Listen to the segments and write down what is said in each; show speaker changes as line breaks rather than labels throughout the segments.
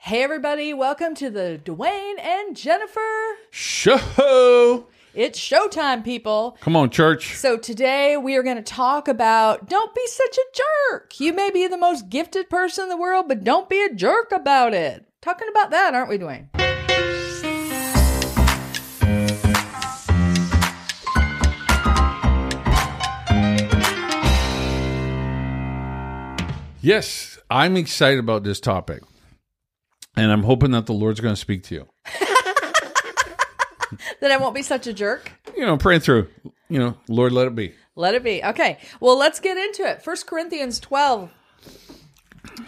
Hey, everybody, welcome to the Dwayne and Jennifer.
Show.
It's showtime, people.
Come on, church.
So, today we are going to talk about don't be such a jerk. You may be the most gifted person in the world, but don't be a jerk about it. Talking about that, aren't we, Dwayne?
Yes, I'm excited about this topic. And I'm hoping that the Lord's going to speak to you.
That I won't be such a jerk?
You know, praying through. You know, Lord, let it be.
Let it be. Okay. Well, let's get into it. First Corinthians 12.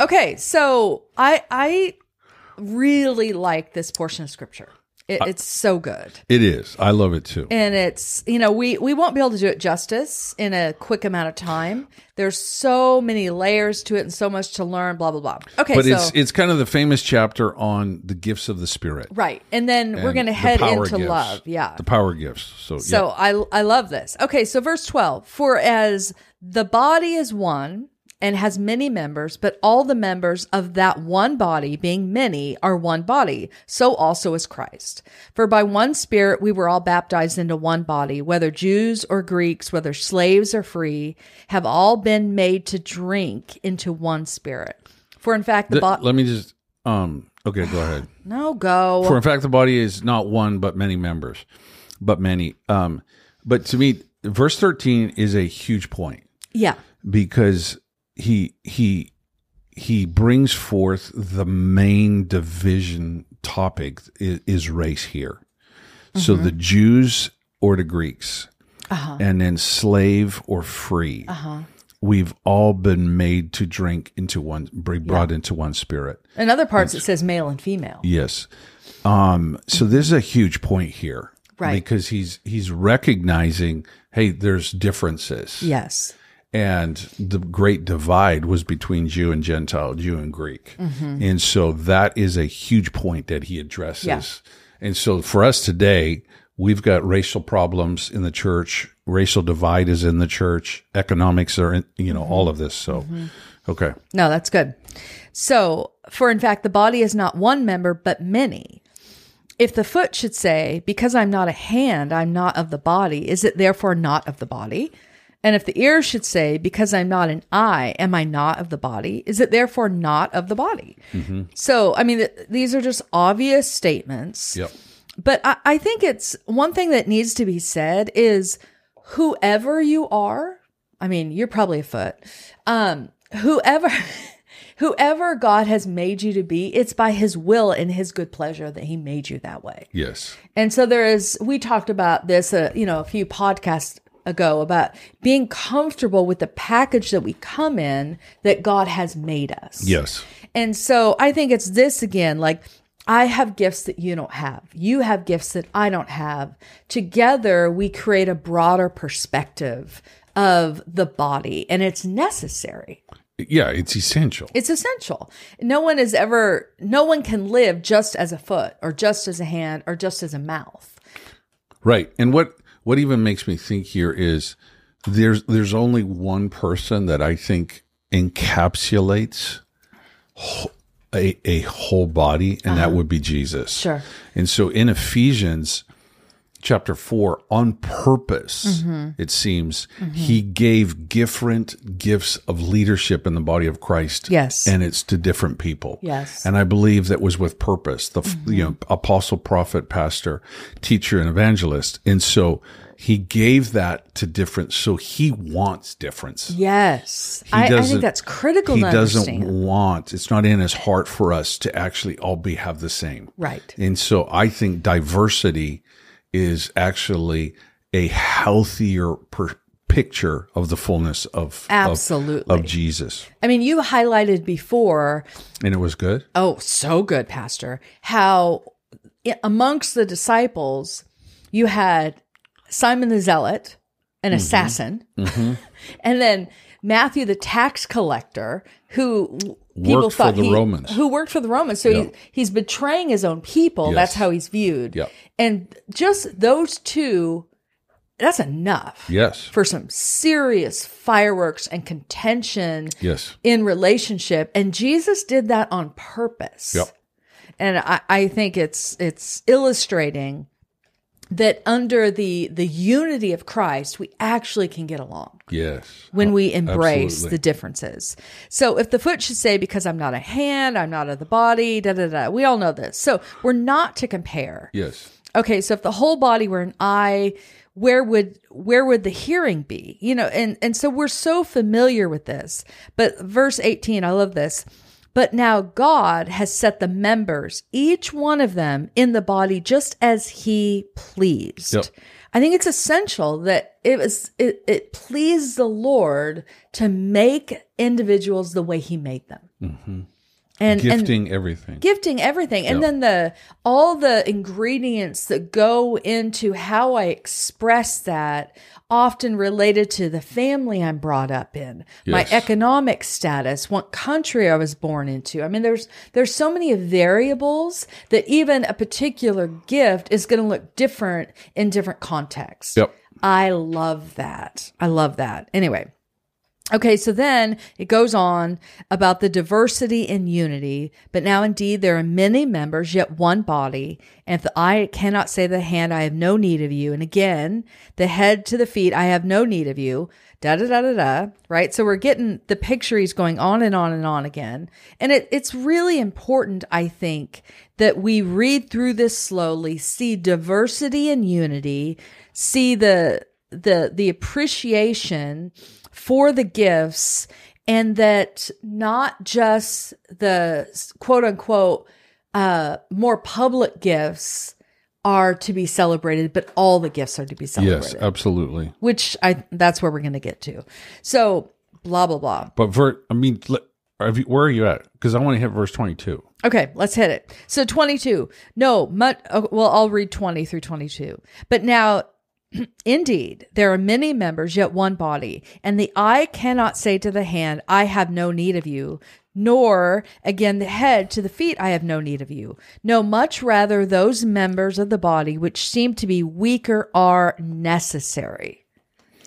Okay, so I I really like this portion of scripture. It, it's so good.
It is. I love it too.
and it's you know we we won't be able to do it justice in a quick amount of time there's so many layers to it and so much to learn blah blah blah okay
But
so
it's it's kind of the famous chapter on the gifts of the Spirit.
right and then we're
and
gonna
the
head
power
into
gifts.
love yeah
The power gifts. So,
so
yeah.
i i love this okay so verse 12 for as the body is one and has many members but all the members of that one body being many are one body so also is christ for by one spirit we were all baptized into one body whether jews or greeks whether slaves or free have all been made to drink into one spirit for in fact the,
Th-
body
let me just um okay, go ahead.
no go
For in fact, the body is not one, but many members, but many. Um, but to me, verse thirteen is a huge point
yeah
because he he he brings forth the main division topic is, is race here. So the Jews or the Greeks, and then slave or free. We've all been made to drink into one, be brought into one spirit.
in other parts it says male and female
Yes. Um, so this is a huge point here.
Right.
Because he's he's recognizing, hey, there's differences.
yes
And the great divide was between Jew and Gentile, Jew and Greek. And so that is a huge point that he addresses.
Yeah.
And so for us today, we've got racial problems in the church, racial divide is in the church, economics are in you know, all of this. So okay.
No, that's good. So, for in fact, the body is not one member, but many. If the foot should say, Because I'm not a hand, I'm not of the body, is it therefore not of the body? And if the ear should say, Because I'm not an eye, am I not of the body, is it therefore not of the body? So, I mean, th- these are just obvious statements.
Yep.
But I, I think it's one thing that needs to be said is whoever you are, I mean, you're probably a foot. Um, whoever whoever God has made you to be, it's by his will and his good pleasure that he made you that way.
Yes.
And so there is, we talked about this, uh, you know, a few podcasts ago about being comfortable with the package that we come in that God has made us.
Yes.
And so I think it's this again like, I have gifts that you don't have. You have gifts that I don't have. Together, we create a broader perspective of the body, and it's necessary.
Yeah, it's essential.
It's essential. No one is ever, no one can live just as a foot or just as a hand or just as a mouth.
Right. And what what even makes me think here is there's there's only one person that I think encapsulates wh- a, a whole body and that would be Jesus.
Sure.
And so in Ephesians chapter 4 on purpose
Mm-hmm.
it seems he gave different gifts of leadership in the body of Christ
Yes.
and it's to different people
Yes. Mm-hmm.
and I believe that was with purpose. The f you know apostle, prophet, pastor, teacher, and evangelist. And so he gave that to difference. So he wants difference.
Yes. I, I
doesn't-
think that's critical
He
to
doesn't
understand.
want. It's not in his heart for us to actually all be have the same.
Right.
And so I think diversity is actually a healthier per- picture of the fullness of of-
Absolutely.
of Jesus.
I mean, you highlighted before,
And it was good.
oh, so good, Pastor, how i- amongst the disciples, you had Simon the Zealot,
Mm-hmm.
an assassin, and then Matthew the tax collector, who w- people
Worked for
thought
the
he-
Romans.
who worked for the Romans. So he, he's betraying his own people. That's
Yes.
how he's viewed.
Yep.
And just those two, that's enough.
Yes.
for some serious fireworks and contention
Yes.
in relationship and Jesus did that on purpose.
Yep.
and I, I think it's it's illustrating that under the the unity of Christ, we actually can get along
Yes.
when we embrace
absolutely.
the differences. So if the foot should say, because I'm not a hand, I'm not of the body, da da da, we all know this. So we're not to compare.
Yes.
Okay, so if the whole body were an eye, where would where would the hearing be? You know, and and so we're so familiar with this. But verse 18, I love this. But now God has set the members, each one of them, in the body just as he pleased.
Yep.
I think it's essential that it was it, it pleased the Lord to make individuals the way he made them. And, and
Gifting everything.
gifting everything and then the all the ingredients that go into how i express that often related to the family i'm brought up in my
Yes.
economic status what country i was born into i mean there's there's so many variables that even a particular gift is going to look different in different contexts
Yep.
I love that. I love that. Anyway. Okay, so then it goes on about the diversity and unity, but now indeed there are many members, yet one body. And if the eye cannot say to the hand, I have no need of you. And again, the head to the feet, I have no need of you. Da da da da da. Right? So we're getting the picture he's going on and on and on again. And it, it's really important, I think, that we read through this slowly, see diversity and unity, see the the the appreciation for the gifts and that not just the quote unquote uh more public gifts are to be celebrated but all the gifts are to be celebrated
Yes, absolutely.
which i that's where we're going to get to so blah blah blah
But ver, I mean, le- are you, where are you at? Because I want to hit verse twenty-two.
Okay, let's hit it. So 22. No, much, oh, well, I'll read 20 through 22. But now, indeed, there are many members, yet one body. And the eye cannot say to the hand, I have no need of you, nor again the head to the feet, I have no need of you. No, much rather those members of the body which seem to be weaker are necessary.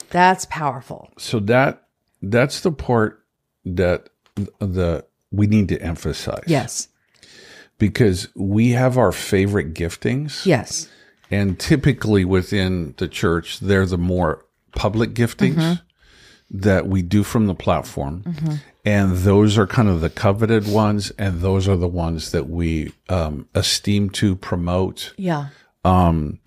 That's powerful.
So that that's the part that th- the we need to emphasize.
Yes.
Because we have our favorite giftings.
Yes.
And typically within the church, they're the more public giftings that we do from the platform. And those are kind of the coveted ones. And those are the ones that we um, esteem to promote.
Yeah.
And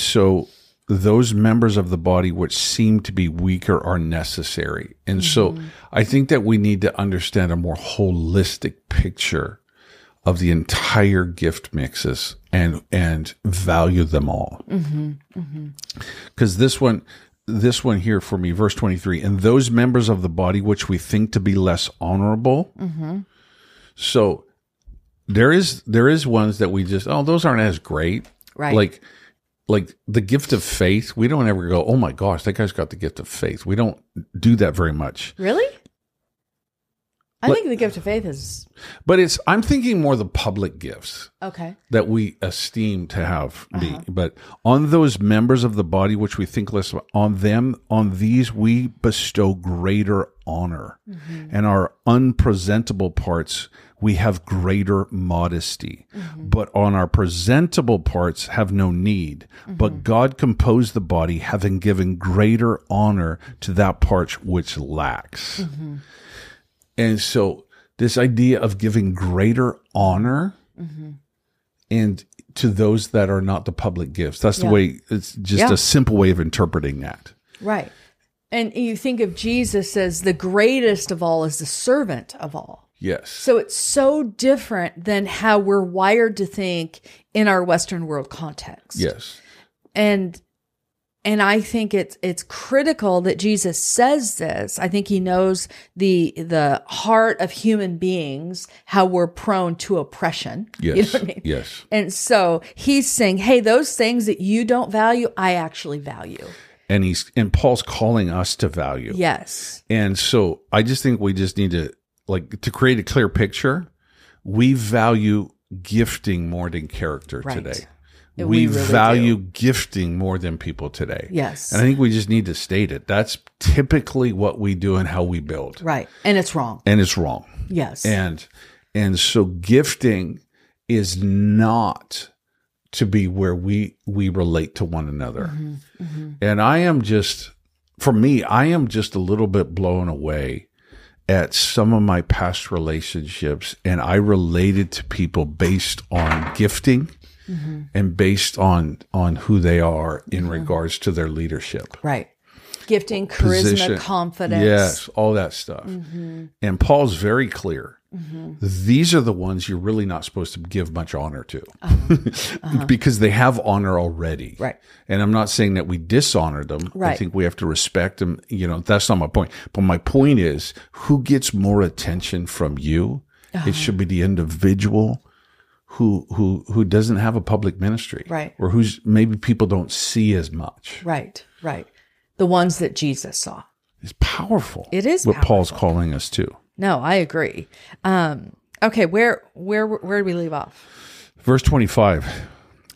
so those members of the body which seem to be weaker are necessary. And so I think that we need to understand a more holistic picture of the entire gift mixes and and value them all. Because this one this one here for me, verse 23, and those members of the body which we think to be less honorable. So there is there is ones that we just oh those aren't as great
Right.
like like the gift of faith we don't ever go oh my gosh that guy's got the gift of faith we don't do that very much
Really? I
Let-
think the gift of faith is
but it's i'm thinking more the public gifts
okay.
that we esteem to have be but on those members of the body which we think less of- on them on these we bestow greater honor and our unpresentable parts we have greater modesty but on our presentable parts have no need but god composed the body having given greater honor to that part which lacks and so this idea of giving greater honor
Mm-hmm.
and to those that are not the public gifts. That's
Yeah.
the way it's just
Yeah.
a simple way of interpreting that.
Right. And you think of Jesus as the greatest of all is the servant of all.
Yes.
So it's so different than how we're wired to think in our Western world context.
yes.
And and I think it's it's critical that Jesus says this. I think he knows the the heart of human beings, how we're prone to oppression.
Yes.
You know what I mean?
Yes.
And so he's saying, hey, those things that you don't value, I actually value.
And he's and Paul's calling us to value.
Yes.
And so I just think we just need to like to create a clear picture. We value gifting more than character
Right.
today.
Yeah,
We,
we really
value gifting more than people today.
Yes.
And I think we just need to state it. That's typically what we do and how we build.
Right. And it's wrong.
And it's wrong.
Yes.
and and so gifting is not to be where we we relate to one another. And I am just for me, I am just a little bit blown away at some of my past relationships and I related to people based on gifting and based on on who they are in regards to their leadership.
Right. Gifting, charisma,
Position.
confidence. Mm-hmm.
Yes, all that stuff. And Paul's very clear. These are the ones you're really not supposed to give much honor to because they have honor already.
Uh-huh. Right.
And I'm not saying that we dishonor them. I
Right.
think we have to respect them. You know, that's not my point. But my point is who gets more attention from you? It should be the individual who who who doesn't have a public ministry.
Right.
Or who's maybe people don't see as much.
Right, right. The ones that Jesus saw.
It's powerful.
It is
what Paul's calling us to.
No, I agree. Um, okay, where where where do we leave off?
Verse 25.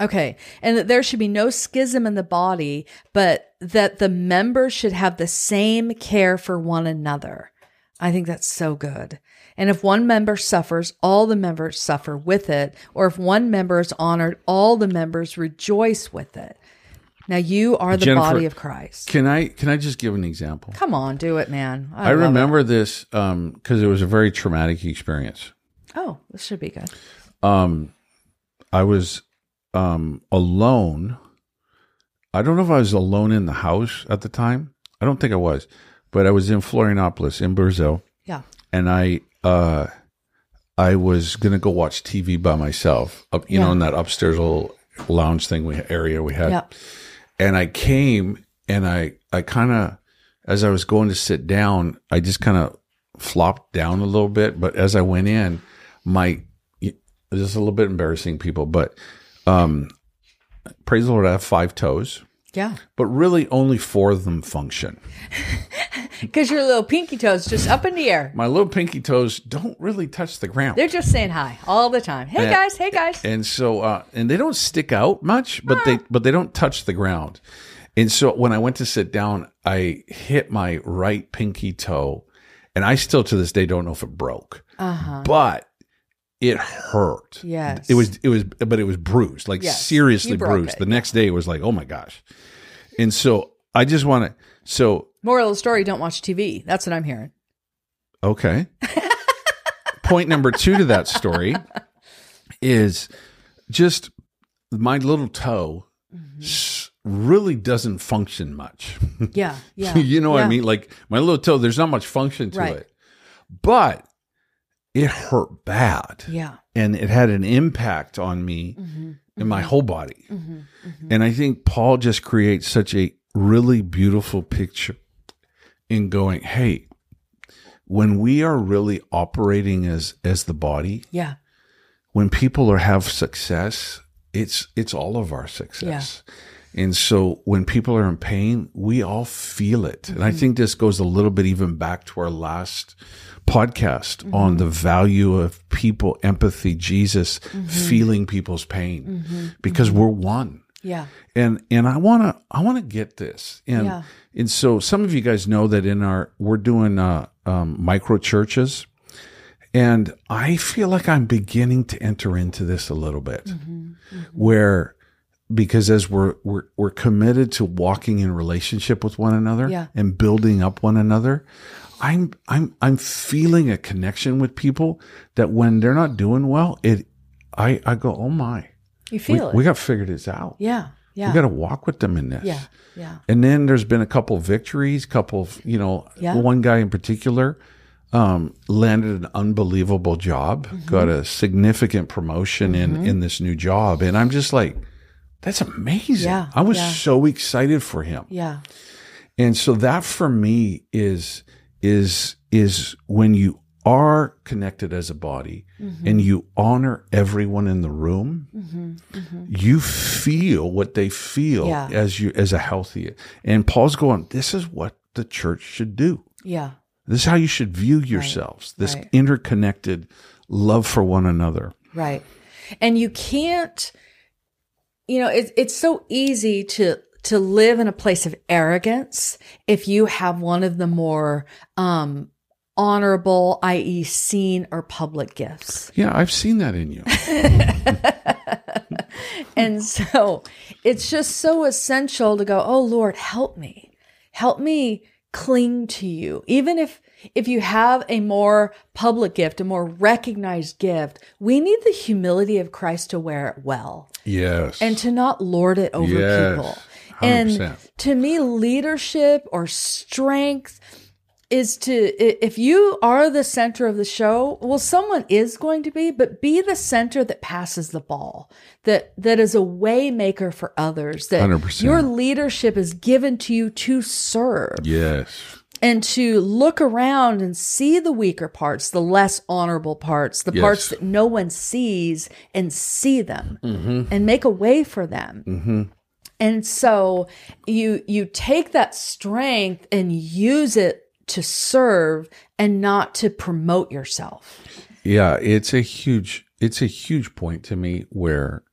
Okay. And that there should be no schism in the body, but that the members should have the same care for one another. I think that's so good. And if one member suffers, all the members suffer with it. Or if one member is honored, all the members rejoice with it. Now you are the
Jennifer-
body of Christ.
Can I can I just give an example?
Come on, do it, man. I,
I
love it.
remember this because it was a very traumatic experience.
Oh, this should be good.
Um, I was um, alone. I don't know if I was alone in the house at the time. I don't think I was, but I was in Florianopolis in Brazil,
Yeah.
and I uh, I was gonna go watch TV by myself. Up, you know,
Yeah.
in that upstairs little lounge thing we area we had.
Yeah.
and I came and I I kind of as I was going to sit down, I just kind of flopped down a little bit. But as I went in, my this is a little bit embarrassing, people. But um, praise the Lord, I have five toes,
Yeah.
but really only four of them function.
Because your little pinky toes just up in the air.
My little pinky toes don't really touch the ground.
They're just saying hi all the time. Hey
Yeah.
guys, hey guys.
and so uh, and they don't stick out much, but they but they don't touch the ground. And so when I went to sit down, I hit my right pinky toe, and I still to this day don't know if it broke, uh-huh. but it hurt.
Yes.
it was it was, but it was bruised, like
Yes,
seriously
you broke
bruised.
it.
The next day it was like, oh my gosh. And so I just want to. So
Moral of the story: Don't watch TV. That's what I'm hearing.
Okay. Point number two to that story is just my little toe
Mm-hmm.
s really doesn't function much.
Yeah, yeah.
you know what I
yeah.
mean? Like my little toe, there's not much function to
Right.
it, but it hurt bad
Yeah,
and it had an impact on me in my whole body. And I think Paul just creates such a really beautiful picture in going, hey, when we are really operating as as the body,
yeah,
when people are have success, it's it's all of our success. And so when people are in pain, we all feel it. And I think this goes a little bit even back to our last podcast on the value of people, empathy, Jesus, feeling people's pain because we're one
yeah,
and and I want to I want to get this and
Yeah.
and so some of you guys know that in our we're doing uh, um, micro churches, and I feel like I'm beginning to enter into this a little bit,
Mm-hmm.
where because as we're we're we're committed to walking in relationship with one another
Yeah.
and building up one another. I'm I'm I'm feeling a connection with people that when they're not doing well, it I I go, "Oh my.
You
We,
feel it.
we got figured this out."
yeah, yeah,
We got to walk with them in this.
yeah, yeah,
And then there's been a couple victories, couple, of, you know,
Yeah.
one guy in particular um, landed an unbelievable job,
Mm-hmm.
got a significant promotion in in this new job, and I'm just like, that's amazing.
Yeah,
I was
yeah.
so excited for him.
yeah,
And so that for me is is is when you are connected as a body
Mm-hmm.
and you honor everyone in the room, you feel what they feel
Mm-hmm. Yeah.
as you as a healthy. And Paul's going, this is what the church should do.
yeah,
This is how you should view yourselves. This
right.
interconnected love for one another.
right. And you can't, you know, it's it's so easy to to live in a place of arrogance if you have one of the more um honorable, i.e., seen or public gifts.
Yeah, I've seen that in you.
And so it's just so essential to go, "Oh Lord, help me. Help me cling to you." Even if if you have a more public gift, a more recognized gift, we need the humility of Christ to wear it well
Yes.
and to not lord it over
Yes,
people.
100%.
And to me, leadership or strength is to, i- if you are the center of the show, well, someone is going to be, but be the center that passes the ball, that, that is a way maker for others, that
100%.
your leadership is given to you to serve
yes.
and to look around and see the weaker parts, the less honorable parts, the parts
Yes.
that no one sees, and see them
Mm-hmm.
and make a way for them. And so you you take that strength and use it to serve and not to promote yourself.
Yeah, it's a huge it's a huge point to me where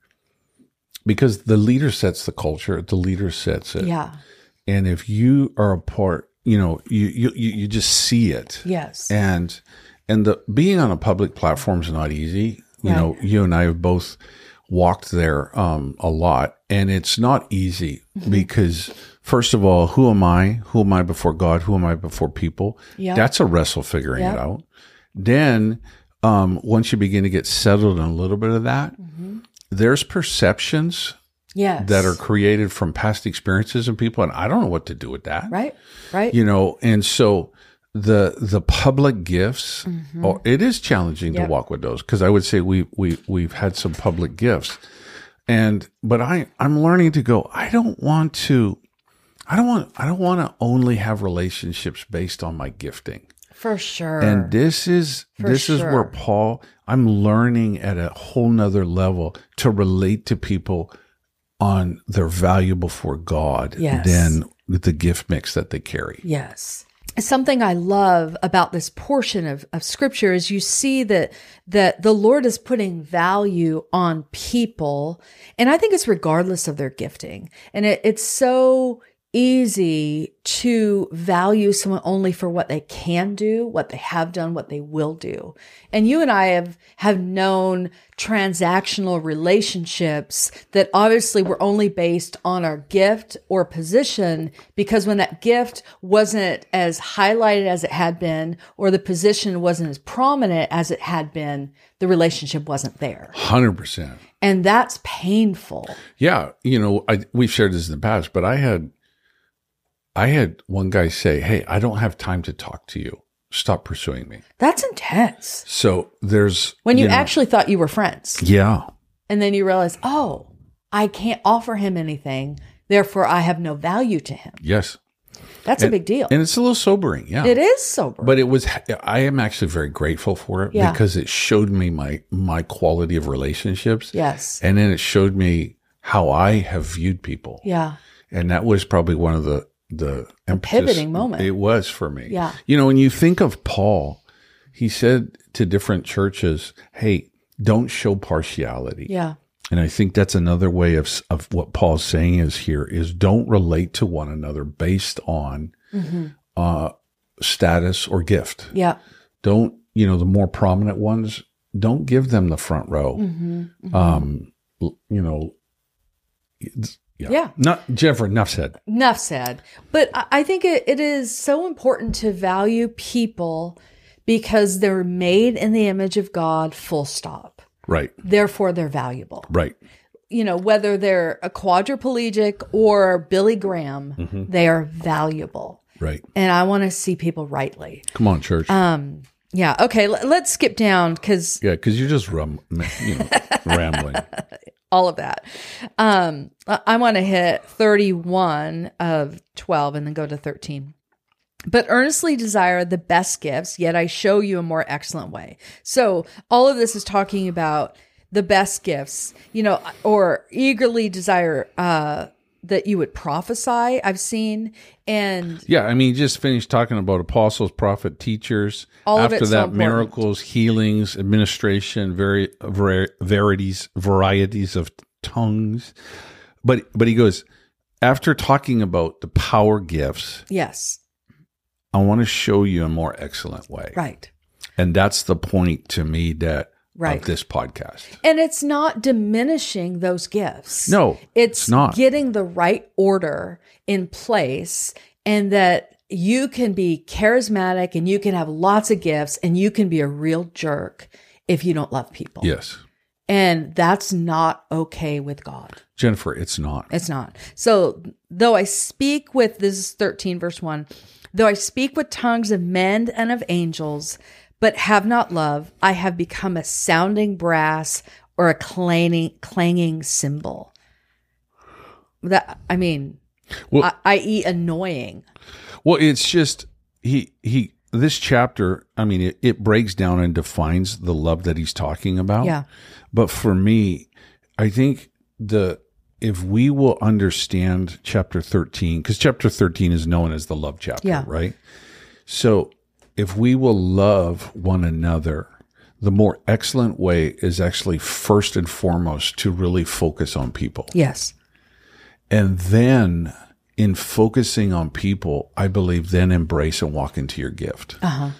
because the leader sets the culture, the leader sets it.
Yeah.
And if you are a part, you know, you you you you just see it.
Yes.
And and the being on a public platform is not easy. You know, you and I have both walked there um, a lot, and it's not easy
Mm-hmm.
because first of all, who am I? Who am I before God? Who am I before people?
Yeah.
That's a wrestle figuring it out. Then um, once you begin to get settled in a little bit of that, there's perceptions
Mm-hmm. Yes.
that are created from past experiences and people, and I don't know what to do with that
right. Right.
you know and so the the public gifts
Mm-hmm.
oh, it is challenging to walk with those because i would say we we we've had some public gifts and but i i'm learning to go i don't want to i don't want i don't want to only have relationships based on my gifting
for sure.
and this is this is where
sure.
paul i'm learning at a whole nother level to relate to people on their value before god
Yes.
than the gift mix that they carry
Yes. Something I love about this portion of, of scripture is you see that that the Lord is putting value on people, and I think it's regardless of their gifting. And it, it's so easy to value someone only for what they can do, what they have done, what they will do. And you and I have have known transactional relationships that obviously were only based on our gift or position because when that gift wasn't as highlighted as it had been or the position wasn't as prominent as it had been, the relationship wasn't there.
Hundred percent.
And that's painful.
Yeah, you know, I we've shared this in the past, but I had, I had one guy say, "Hey, I don't have time to talk to you. Stop pursuing me."
That's intense.
So there's
When you
know-
actually thought you were friends.
yeah,
And then you realize, oh, I can't offer him anything. Therefore, I have no value to him.
yes,
That's a big deal.
and it's a little sobering. Yeah,
it is sober.
but it was. I am actually very grateful for it
Yeah.
because it showed me my my quality of relationships,
yes.
and then it showed me how I have viewed people.
Yeah.
and that was probably one of the the impetus-
pivoting moment.
it was for me
Yeah.
you know when you think of paul he said to different churches hey don't show partiality
Yeah.
and i think that's another way of s- of what paul's saying is here is don't relate to one another based on
Mm-hmm.
uh status or gift
Yeah.
don't you know the more prominent ones don't give them the front row
Mm-hmm.
um l- you know it's-
Yeah.
not jennifer enough said
Enough said. But I I think it, it is so important to value people because they're made in the image of God, full stop.
Right,
Therefore, they're valuable.
right.
You know, whether they're a quadriplegic or Billy Graham, they are valuable.
Right.
And I want to see people rightly.
Come on, church.
Um, yeah. Okay. L- let's skip down because
yeah, because you're just rum, you know, rambling.
all of that. Um, I, I want to hit 31 of 12 and then go to 13. But earnestly desire the best gifts, yet I show you a more excellent way. So all of this is talking about the best gifts, you know, or eagerly desire uh, that you would prophesy. I've seen and
Yeah, I mean, you just finished talking about apostles, prophet, teachers.
All of
After
it's so
that,
important.
miracles, healings, administration, very var- varieties, varieties of tongues. But but he goes after talking about the power gifts.
yes,
I want to show you a more excellent way.
Right.
And that's the point to me that
Right.
of this podcast.
And it's not diminishing those gifts.
No,
it's,
it's not.
getting the right order in place and that you can be charismatic and you can have lots of gifts and you can be a real jerk if you don't love people.
Yes.
And that's not okay with God.
Jennifer, it's not.
It's not. So, though I speak with this is 13 verse 1, though I speak with tongues of men and of angels, but have not love, I have become a sounding brass or a clanging clanging cymbal. That I mean,
Well-
I, i.e. annoying.
Well, it's just he he this chapter, I mean, it, it breaks down and defines the love that he's talking about.
Yeah.
But for me, I think the if we will understand chapter 13 cuz chapter 13 is known as the love chapter,
Yeah.
right? So, if we will love one another, the more excellent way is actually first and foremost to really focus on people.
Yes.
And then in focusing on people, I believe then embrace and walk into your gift.
Uh-huh.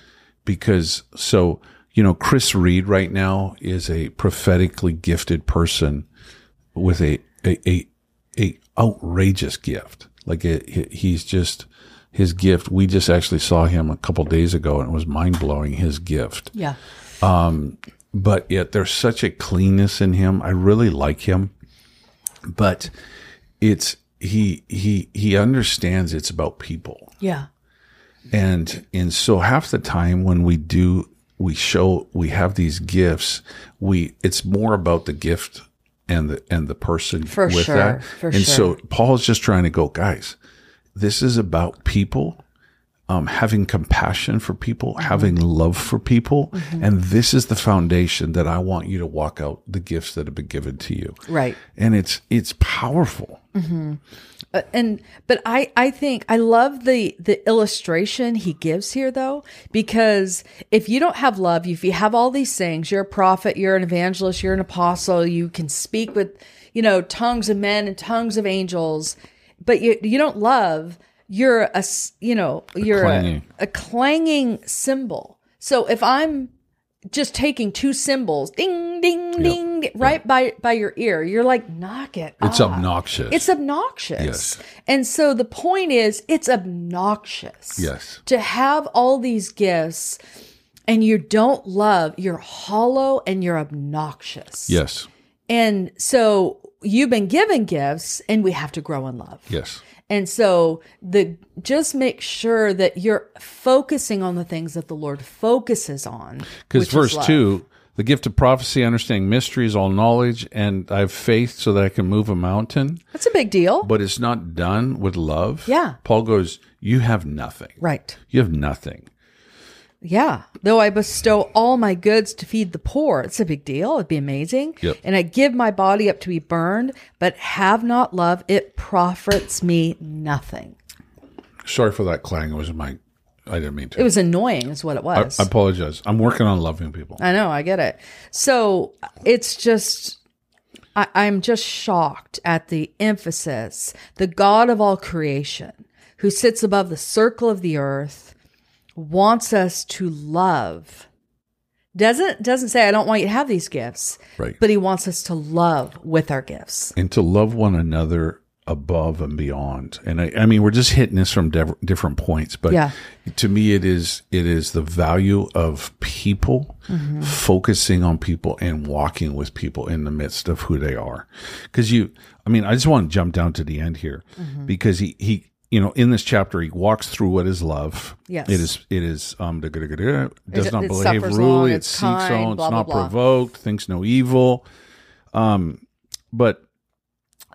Because so, you know, Chris Reed right now is a prophetically gifted person with a, a, a, a outrageous gift. Like it, he- he's just his gift. We just actually saw him a couple days ago and it was mind blowing his gift
Yeah.
but yet there's such a cleanness in him. I really like him, but it's he he he understands it's about people,
Yeah.
and and so half the time when we do we show we have these gifts, we it's more about the gift and the and the person
For
with
sure,
that,
for
and so Paul's just trying to go, guys, this is about people. Um, having compassion for people,
Mm-hmm.
having love for people. And this is the foundation that I want you to walk out the gifts that have been given to you.
Right.
And it's, it's powerful.
Uh, and but I I think I love the the illustration he gives here though because if you don't have love if you have all these things you're a prophet you're an evangelist you're an apostle you can speak with you know tongues of men and tongues of angels but you you don't love you're a s- you know you're a,
clanging.
a clanging cymbal so if I'm just taking two cymbals ding ding ding right by by your ear you're like knock it
It's
off.
obnoxious.
Ah. It's obnoxious. And so the point is, it's obnoxious.
Yes.
To have all these gifts and you don't love, you're hollow and you're obnoxious.
yes.
And so you've been given gifts and we have to grow in love.
Yes.
And so the just make sure that you're focusing on the things that the Lord focuses on.
Because
which is
verse
love.
two, the gift of prophecy, understanding mysteries, all knowledge, and I have faith so that I can move a mountain,
That's a big deal.
but it's not done with love.
Yeah.
Paul goes, You have nothing.
right.
You have nothing.
Yeah. Though I bestow all my goods to feed the poor, it's a big deal. It'd be amazing.
Yep.
And I give my body up to be burned, but have not love, it profits me nothing.
Sorry for that clang. It was my, I didn't mean to.
It was annoying, is what it
I,
was.
I apologize. I'm working on loving people.
I know, I get it. So it's just, I, I'm just shocked at the emphasis. The God of all creation, who sits above the circle of the earth, wants us to love. Doesn't doesn't say I don't want you to have these gifts,
Right.
but he wants us to love with our gifts.
and to love one another above and beyond. And I, I mean, we're just hitting this from dev- different points, but
Yeah.
to me, it is it is the value of people
Mm-hmm.
focusing on people and walking with people in the midst of who they are. Because you, I mean, I just want to jump down to the end here
Mm-hmm.
because he he. You know, in this chapter, he walks through what is love.
Yes.
it is. It is. Um, da- da- da- da- does
It-
not
it
behave
suffers long,
rudely. It
it's
seeks
kind,
on.
blah, blah,
it's not
blah.
provoked. Thinks no evil. Um, but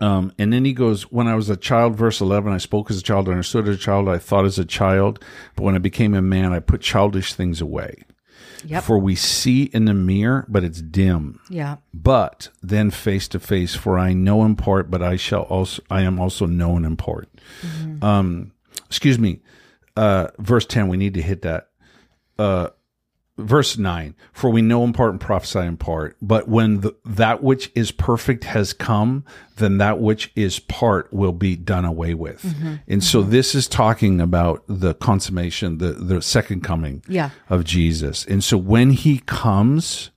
um, and then he goes, When I was a child, verse 11, I spoke as a child, I understood as a child, I thought as a child, but when I became a man, I put childish things away.
Yep.
For we see in the mirror, but it's dim.
Yeah.
But then face to face, for I know in part, but I shall also, I am also known in part. Um, excuse me, uh, verse 10, we need to hit that. Uh, verse 9 for we know in part and prophesy in part but when the, that which is perfect has come then that which is part will be done away with and so this is talking about the consummation the the second coming
Yeah.
of jesus and so when he comes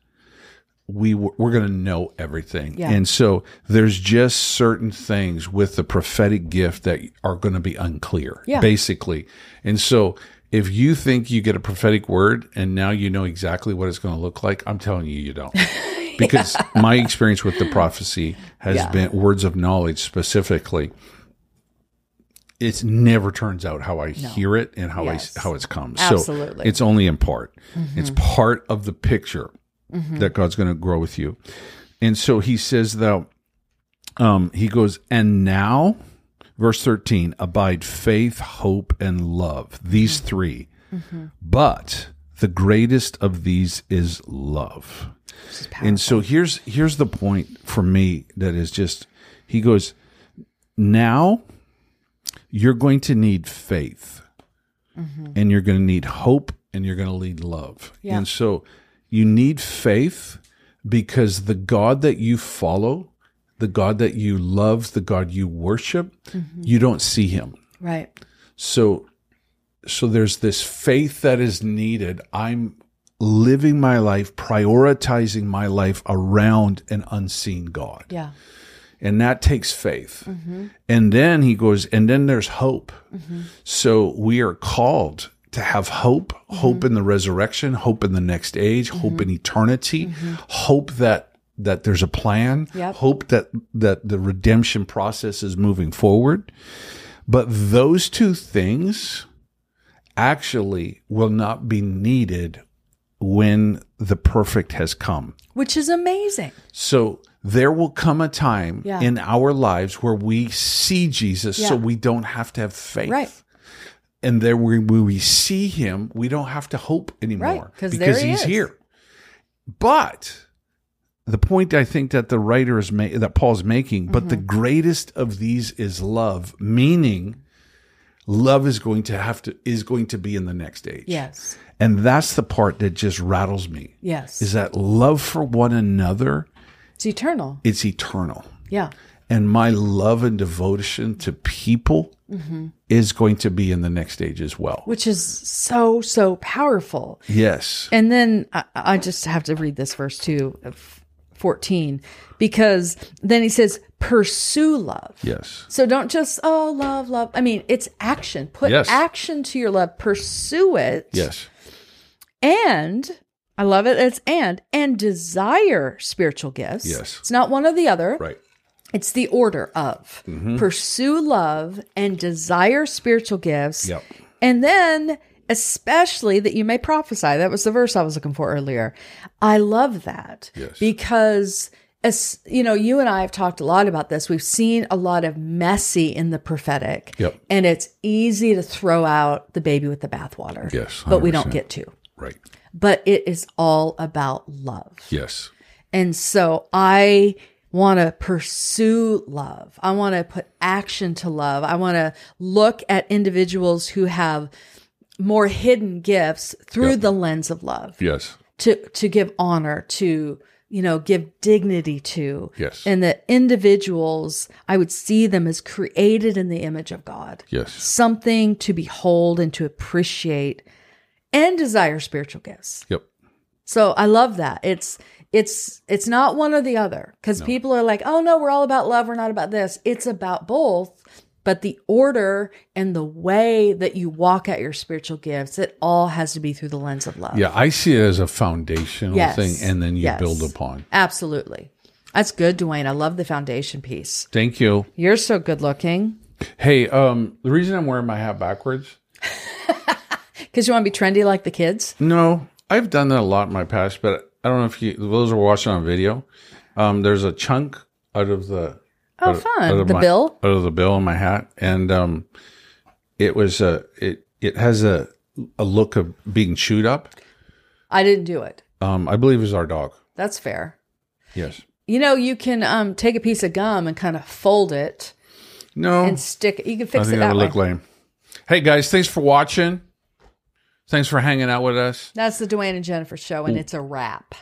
we w- we're going to know everything
Yeah.
and so there's just certain things with the prophetic gift that are going to be unclear
Yeah.
basically and so if you think you get a prophetic word and now you know exactly what it's going to look like i'm telling you you don't because my experience with the prophecy has
Yeah.
been words of knowledge specifically it never turns out how I hear it and how
Yes.
I how it's come.
Absolutely.
um, So it's only in part. It's part of the picture that God's going to grow with you. And so he says though um he goes and now verse 13 abide faith, hope and love. These 3. But the greatest of these is love. And so here's here's the point for me that is just he goes now you're going to need faith and you're going to need hope and you're going to need love.
Yeah.
And so you need faith because the God that you follow, the God that you love, the God you worship, you don't see him.
Right.
So so there's this faith that is needed. I'm living my life prioritizing my life around an unseen God
Yeah.
and that takes faith. And then he goes, and then there's hope. So we are called to have hope, hope in the resurrection, hope in the next age, hope in eternity, hope that that there's a plan,
Yep.
hope that that the redemption process is moving forward. But those two things actually will not be needed when the perfect has come.
Which is amazing.
So there will come a time
Yeah.
in our lives where we see Jesus so
Yeah.
we don't have to have faith.
Right.
And there we, when we see him, we don't have to hope anymore
'cause there
because
he
he's
is.
here. But the point I think that the writer is ma- that Paul's making, but the
Mm-hmm.
greatest of these is love, meaning love is going to have to is going to be in the next age.
Yes.
And that's the part that just rattles me.
Yes.
Is that love for one another
it's eternal.
it's eternal.
Yeah.
And my love and devotion to people
Mm-hmm.
is going to be in the next stage as well.
Which is so, so powerful.
Yes.
And then I, I just have to read this verse too, of 14, because then he says, pursue love.
Yes.
So don't just, oh, love, love. I mean, it's action. Put
Yes.
action to your love, pursue it.
Yes.
And I love it. It's and, and desire spiritual gifts.
Yes.
It's not one or the other.
Right. Mm-hmm.
It's the order of pursue love and desire spiritual gifts.
Yep.
And then, especially that you may prophesy. That was the verse I was looking for earlier. I love that
Yes.
because. As, you know, you and I have talked a lot about this. We've seen a lot of messy in the prophetic,
Yep.
and it's easy to throw out the baby with the bathwater.
Yes,
but we don't
100%.
get to.
Right.
But it is all about love.
Yes.
And so I want to pursue love. I want to put action to love. I want to look at individuals who have more hidden gifts through the lens of love
Yes.
to to give honor to you know give dignity to
Yes.
and the individuals i would see them as created in the image of god
Yes.
something to behold and to appreciate and desire spiritual gifts
Yep.
so I love that. It's it's it's not one or the other because people are like, oh no, we're all about love. We're not about this. It's about both. But the order and the way that you walk out your spiritual gifts, it all has to be through the lens of love.
Yeah. I see it as a foundational
Yes.
thing and then you
Yes.
build upon.
Absolutely. That's good, Dwayne. I love the foundation piece.
Thank you.
You're so good looking
Hey, um, the reason I'm wearing my hat backwards,
because you want to be trendy like the kids.
no, I've done that a lot in my past, but I don't know if you, those who are watching on video. Um, there's a chunk out of the
Oh,
out
fun.
of
The
my-
bill.
out of the bill in my hat, and um, it was a it it has a a look of being chewed up.
I didn't do it.
Um, I believe is our dog.
That's fair.
Yes.
You know, you can um, take a piece of gum and kind of fold it
No,
and stick it. You can
I
fix
think
it
that
that
would
way.
look lame. Hey guys, thanks for watching. Thanks for hanging out with us.
That's the Dwayne and Jennifer show, and it's a wrap.